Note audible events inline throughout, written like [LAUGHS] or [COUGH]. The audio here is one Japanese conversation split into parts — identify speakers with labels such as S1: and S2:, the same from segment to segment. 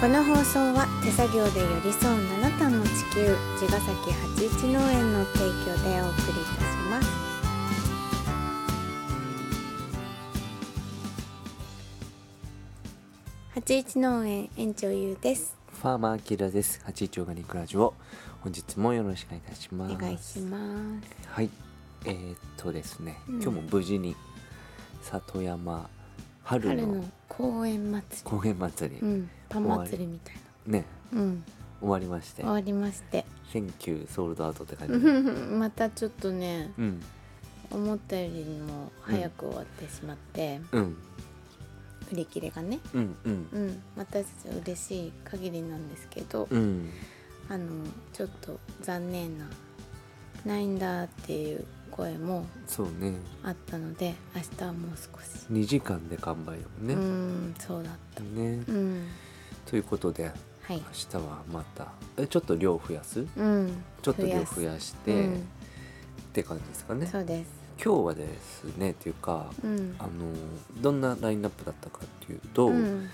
S1: この放送は手作業で寄り添うあなたの地球茅ヶ崎八一農園の提供でお送りいたします八一農園園長ゆうです
S2: ファーマーキラです。八一オーガニックラジオ。本日もよろしくお願いいたします。
S1: お願いします
S2: はい。えー、っとですね、
S1: うん
S2: 今日も無事に里山春
S1: 春
S2: の
S1: の公園祭
S2: 公園祭り、
S1: りうんパン祭りみたい
S2: ね
S1: なうん
S2: 終わりまして
S1: 終、わりまして [LAUGHS]
S2: センキューソールドアウトって感じ。うん。
S1: またちょっとね
S2: うん。
S1: 思ったよりも早く終わってしまって、
S2: うん。
S1: 売り切れがね
S2: うん。うん。
S1: うん私たちは嬉しい限りなんですけど、
S2: うん。
S1: あのちょっと残念なないんだっていう声も
S2: そうね。
S1: あったので明日はもう少し、
S2: 2時間で完売だもん
S1: う
S2: ね。
S1: んそうだった
S2: ね。
S1: うん
S2: ということで、
S1: はい
S2: 明日はまた、えちょっと量増やす
S1: うん
S2: ちょっと量
S1: す
S2: 増やして、
S1: うん
S2: って感じですかね。
S1: そうです
S2: 今日はですねっていうか
S1: うん
S2: あのどんなラインナップだったかっていうと、
S1: うん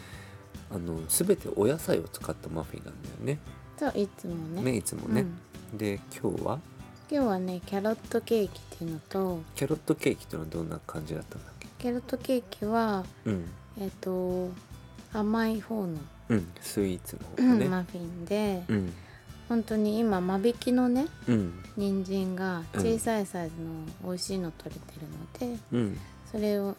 S2: あの全てお野菜を使ったマフィンなんだよね
S1: そういつもね
S2: ねいつもね
S1: う、ん
S2: で今日は
S1: 今日はねキャロットケーキっていうのと
S2: キャロットケーキっていうのはどんな感じだったんだっけ
S1: キャロットケーキは
S2: うん
S1: えっ、と甘い方の、
S2: うんスイーツの方
S1: うん
S2: ね
S1: マフィンで、
S2: うん
S1: 本当に今間引きのね
S2: うん
S1: 人参が小さいサイズの美味しいの取れてるので、
S2: うん
S1: それを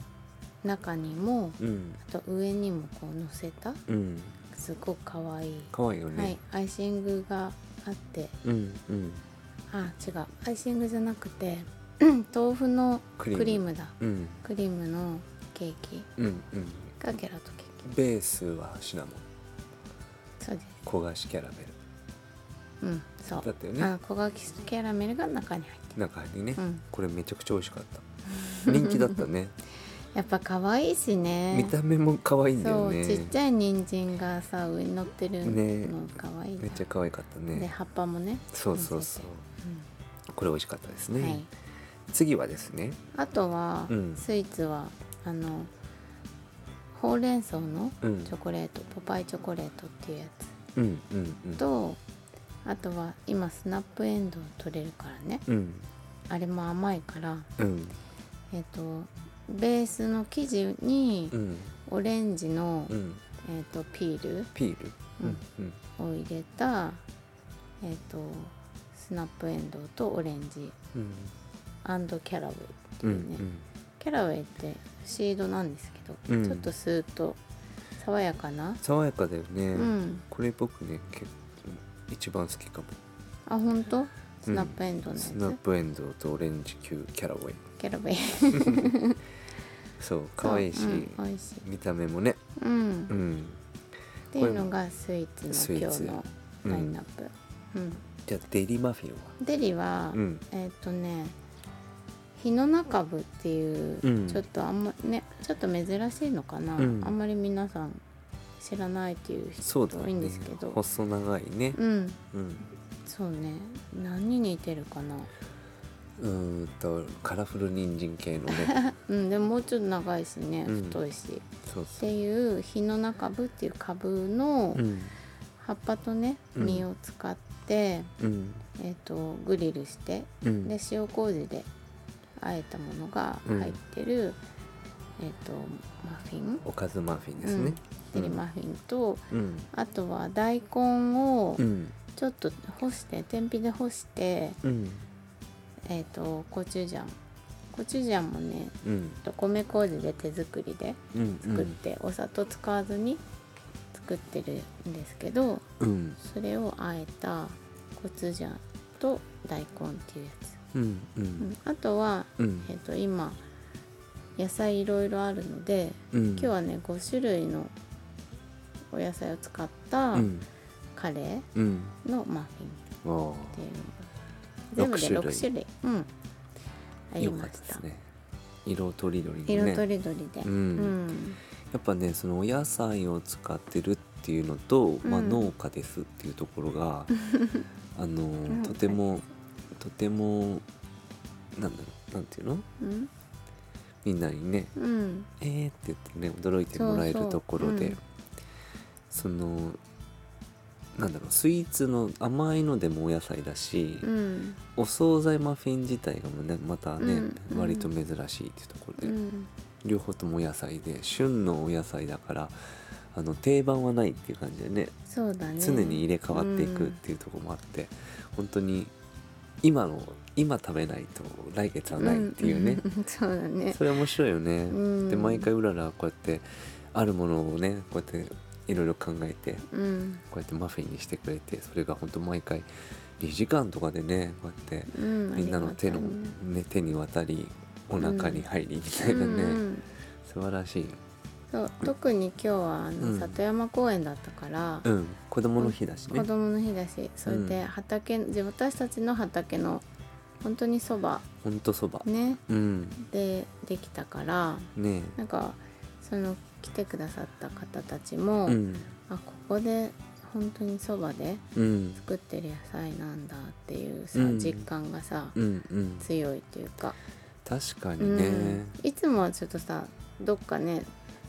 S1: 中にも
S2: うん
S1: あと上にもこう乗せた
S2: うん
S1: すごく可愛い
S2: かわいいよね、
S1: はいアイシングがあって
S2: うんうん
S1: あ違うアイシングじゃなくて [CLEARS THROAT] 豆腐のク
S2: ク
S1: リ
S2: リーム
S1: ームだ
S2: うん
S1: クリームのケーキ
S2: うんうん
S1: がキャロットケー
S2: ベースはシナモン
S1: キそうです
S2: 焦がしキャラメ
S1: うんそう
S2: だったよね
S1: あ焦がしキャラメルが中に入って
S2: ル中にね、
S1: うん
S2: これめちゃくちゃ美味しかった人気だったね
S1: やっぱ可愛いしね
S2: 見た目も可愛いんだ
S1: そ
S2: よ
S1: う
S2: ね
S1: ちっちゃい人参がさ上に乗ってる
S2: ね
S1: の可愛いな
S2: めっちゃ可愛かった
S1: で
S2: ね
S1: 葉っぱもね
S2: そうそうそうこれ美味しかったです
S1: 乗せて
S2: ね、
S1: うんはい
S2: 次はですね
S1: あとは、
S2: うん
S1: スイーツはあのほうれん草の
S2: うん
S1: チョコレート、ポパイチョコレートっていうや
S2: うんうんうん
S1: つとあとは今スナップエンドウ取れるからね
S2: うん
S1: あれも甘いから
S2: うん
S1: えっ、とベースの生地に
S2: うん
S1: オレンジの、
S2: うん
S1: えっとピール
S2: ピールうんう
S1: を
S2: ん
S1: 入れた、えっとスナップエンドウとオレンジ
S2: うん
S1: キャラウェイってい
S2: うんう
S1: うね、
S2: ん
S1: キャラウェイってシードなんですけど、
S2: うん
S1: ちょっとスーッと爽やかな、
S2: 爽やかだよね、
S1: うん
S2: これ僕ね結構一番好きかも
S1: あ本当スナップエンドウのやつ、
S2: スナップエンドウとオレンジ球キャラウェイ
S1: キャラウェイ
S2: そう可愛いし、
S1: うん、美味しい、
S2: 見た目もね
S1: うん
S2: うん
S1: っていうのがスイーツ
S2: ス
S1: の
S2: イ
S1: 今
S2: ー
S1: 日
S2: ツ
S1: のラインナップ、うん
S2: じゃあデリマフィンは
S1: デリは、
S2: うん
S1: えーっ、とね日の中部っていう、
S2: うん
S1: ちょっとあんまねちょっと珍しいのかな、
S2: うん
S1: あんまり皆さん知らないっていう
S2: そ
S1: 人
S2: うだ
S1: 多いん
S2: ね
S1: ですけど
S2: 細長いね
S1: うん
S2: うん
S1: そうね何に似てるかな
S2: うーんとカラフル人参系のね
S1: うん、でももうちょっと長いしね
S2: うん
S1: 太いし、っ
S2: そうそ
S1: て
S2: う、
S1: いう日の中部っていう株の
S2: うん
S1: 葉っぱとね、
S2: うん
S1: 実を使って、
S2: うん
S1: えー、とグリルして
S2: うん、
S1: で塩麹で和えたものが入ってる、えー、とマフィン
S2: おかずマフィンですね、
S1: デリマフィンと
S2: うん
S1: あとは大根を
S2: うん
S1: ちょっと干して天日で干して、
S2: うん
S1: えー、とコチュジャンコチュジャンもね
S2: うん
S1: ちょっと米麹で手作りで
S2: うん
S1: 作って、お砂糖使わずに作ってるんですけど
S2: うん
S1: それをあえたコチュジャンと大根っていうやつ、
S2: うん
S1: う
S2: う
S1: んん、あとは、
S2: うん
S1: えっと今野菜いろいろあるので
S2: うん
S1: 今日はね5種類のお野菜を使った
S2: うん
S1: カレー
S2: うん
S1: のマフィン
S2: あー
S1: っていう全部で
S2: 六種類
S1: 6種類うんあり
S2: よか
S1: ま
S2: っ
S1: した
S2: で
S1: た
S2: すね色とりどりのね
S1: 色とりどりで、
S2: う
S1: う
S2: ん
S1: ん
S2: やっぱねそのお野菜を使ってるっていうのと、まあ、
S1: うん
S2: 農家ですっていうところがあの
S1: ん
S2: とてもとてもなんだろうなんていうの
S1: うん
S2: みんなにね
S1: うん
S2: えーって言ってね驚いてもらえ
S1: そうそ
S2: る
S1: う
S2: ところで
S1: うん
S2: そのなんだろうスイーツの甘いのでもお野菜だし、
S1: うん
S2: お惣菜マフィン自体がもねまたね、
S1: うんうん
S2: 割と珍しいっていうところ
S1: う
S2: で、
S1: ん
S2: 両方ともお野菜で旬のお野菜だからあの定番はないっていう感じでね
S1: そうだね
S2: 常に入れ替わっていくっていうところもあって、本当に今の今食べないと来月はないっていうね、
S1: んんんそうだね
S2: それ面白いよね。
S1: うん
S2: で毎回うららこうやってあるものをねこうやっていろいろ考えて
S1: うん
S2: こうやってマフィンにしてくれてそれが本当毎回2時間とかでねこうやって
S1: うん
S2: みんなの手の、
S1: ありがたいね
S2: ね、手に渡りお腹に入りみたいなね、
S1: うんうん
S2: 素晴らしい、
S1: そう特に今日はあの、
S2: うん
S1: 里山公園だったから、
S2: うん、子供の日だしね
S1: 子。供の日だしそれで畑、で私たちの畑の本当にそば
S2: ほんとそば、
S1: ね
S2: うん
S1: でできたから
S2: ね
S1: なんかその来てくださった方たちも、
S2: えうん
S1: あここで本当にそばで
S2: うん
S1: 作ってる野菜なんだっていうさ、
S2: うん
S1: 実感がさ、
S2: うんうん
S1: 強いというか、
S2: 確か
S1: う
S2: に
S1: ん
S2: ね、
S1: いつもはちょっとさどっかね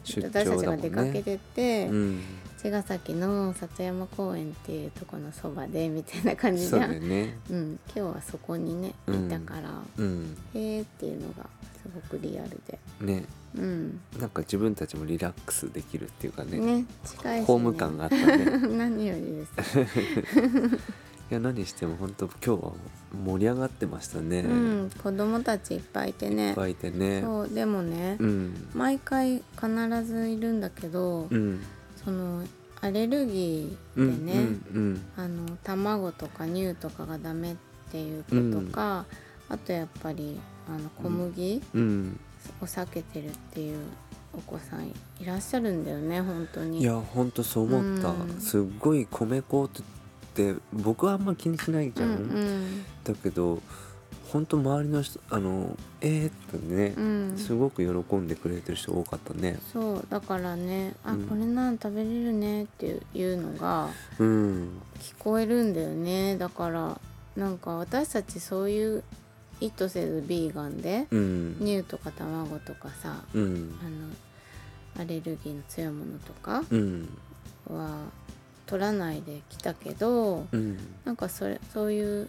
S2: 出張だ
S1: 私たち
S2: も
S1: が
S2: ん
S1: 出かけ
S2: ね
S1: てて、
S2: うん、
S1: 茅ヶ崎の里山公園っていうとこのそばでみたいな感じじ
S2: そう
S1: ゃ
S2: だ
S1: ん
S2: よね
S1: うん、今日はそこにね
S2: う
S1: い
S2: ん
S1: たから、
S2: うん
S1: へーっていうのがすごくリアルで、
S2: ね
S1: うん、
S2: なんか自分たちもリラックスできるっていうかね
S1: ね近いし、ね、
S2: ホーム感があったね
S1: [LAUGHS]
S2: [LAUGHS]
S1: 何よりです、
S2: いや何しても本当今日は盛り上がってましたね、
S1: うん、子供たちいっぱいいて
S2: い
S1: ね
S2: っぱいいてね
S1: そうでもね、
S2: うん
S1: 毎回必ずいるんだけど、
S2: うん
S1: そのアレルギ
S2: う
S1: ー
S2: ん
S1: でね、
S2: うん
S1: あの卵とか乳とかがダメっていうことか、あとやっぱりあの小麦、
S2: うんうん
S1: を避けてるっていうお子さんいらっしゃるんだよね本当に
S2: いや本当そう思った、
S1: うん
S2: すっごい米粉って僕はあんま気にしないじ
S1: う
S2: ゃ
S1: ん
S2: ん、
S1: うん
S2: だけど本当周りの人あのえー、っとね
S1: う、ん
S2: すごく喜んでくれてる人多かったね
S1: そうだからねあ、
S2: うん
S1: これなん食べれるねっていういうのが
S2: うん
S1: 聞こえるんだよねだからなんか私たちそういう意図せずビーガンで
S2: うん
S1: 乳とか卵とかさ
S2: うん
S1: あのアレルギーの強いものとか
S2: うん
S1: は取らないできたけど、
S2: うん
S1: なんかそれそういう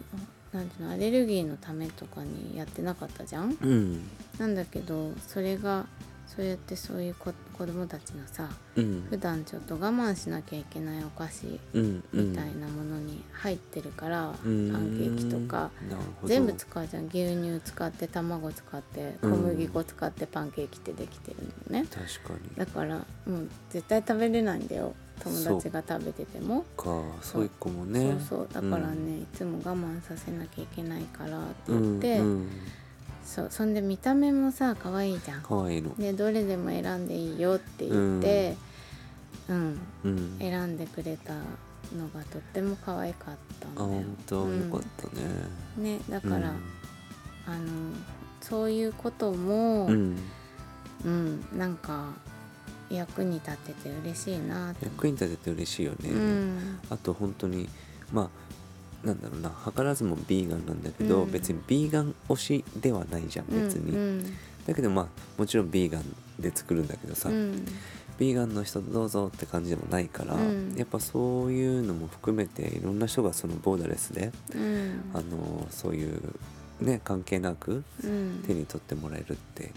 S1: なんていうのアレルギーのためとかにやってなかったじゃん
S2: うん
S1: なんだけどそれがそうやってそういう子子供たちのさ
S2: うん
S1: 普段ちょっと我慢しなきゃいけないお菓子
S2: うんうん
S1: みたいなものに入ってるから、
S2: うん
S1: パンケーキとか
S2: なるほど
S1: 全部使うじゃん牛乳使って卵使って小麦粉使ってパンケーキってできてるのね、
S2: 確かに
S1: だからもう絶対食べれないんだよ友達が食べてても。
S2: かそういう子もね
S1: そうそうだからね、いつも我慢させなきゃいけないからって
S2: う
S1: 言
S2: ん
S1: って、
S2: うんうん、
S1: そうそんで見た目もさ可愛いじゃん
S2: かわいいの、
S1: でどれでも選んでいいよって言って、うん
S2: うん
S1: 選んでくれたのがとっても可愛かったん
S2: あ
S1: だよ
S2: 本当
S1: う
S2: よ
S1: ん
S2: かったね、
S1: ねだから、あのそういうことも、
S2: う
S1: うん
S2: ん、
S1: なんか役に立てて嬉しいなって、
S2: 役に立てて嬉しいよね、
S1: うん
S2: あと本当にまあなんだろうな図らずもビーガンなんだけど、
S1: うん
S2: 別にビーガン推しではないじゃん別に、
S1: うん
S2: だけどまあもちろんビーガンで作るんだけどさ、
S1: うんうん
S2: ビーガンの人どうぞって感じでもないから、
S1: うん
S2: やっぱそういうのも含めていろんな人がそのボーダレスで、
S1: うん
S2: あのそういうね関係なく
S1: うん
S2: 手に取ってもらえるって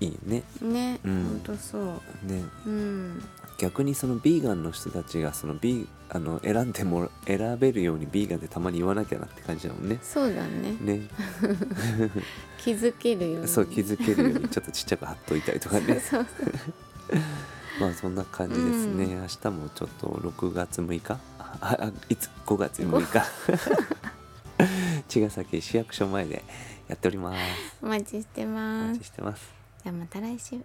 S2: いいね
S1: ね、
S2: うん
S1: ほんとそ
S2: ね
S1: ううん
S2: 逆にそのビーガンの人たちがそのビーあの選んでもら選べるようにビーガンってたまに言わなきゃなって感じだもんね。
S1: そうだね
S2: ね、
S1: 気づけるよね
S2: そう気づけるようにちょっとちっちゃく貼っといたりとかね
S1: [LAUGHS] そう
S2: まあそんな感じですね、
S1: うん
S2: 明日もちょっと6月6日 [LAUGHS] あああいつ5月6日
S1: [LAUGHS]
S2: 茅ヶ崎市役所前でやっております
S1: お待ちして
S2: お
S1: ま
S2: 待
S1: す
S2: ちしてます
S1: じゃあまた来週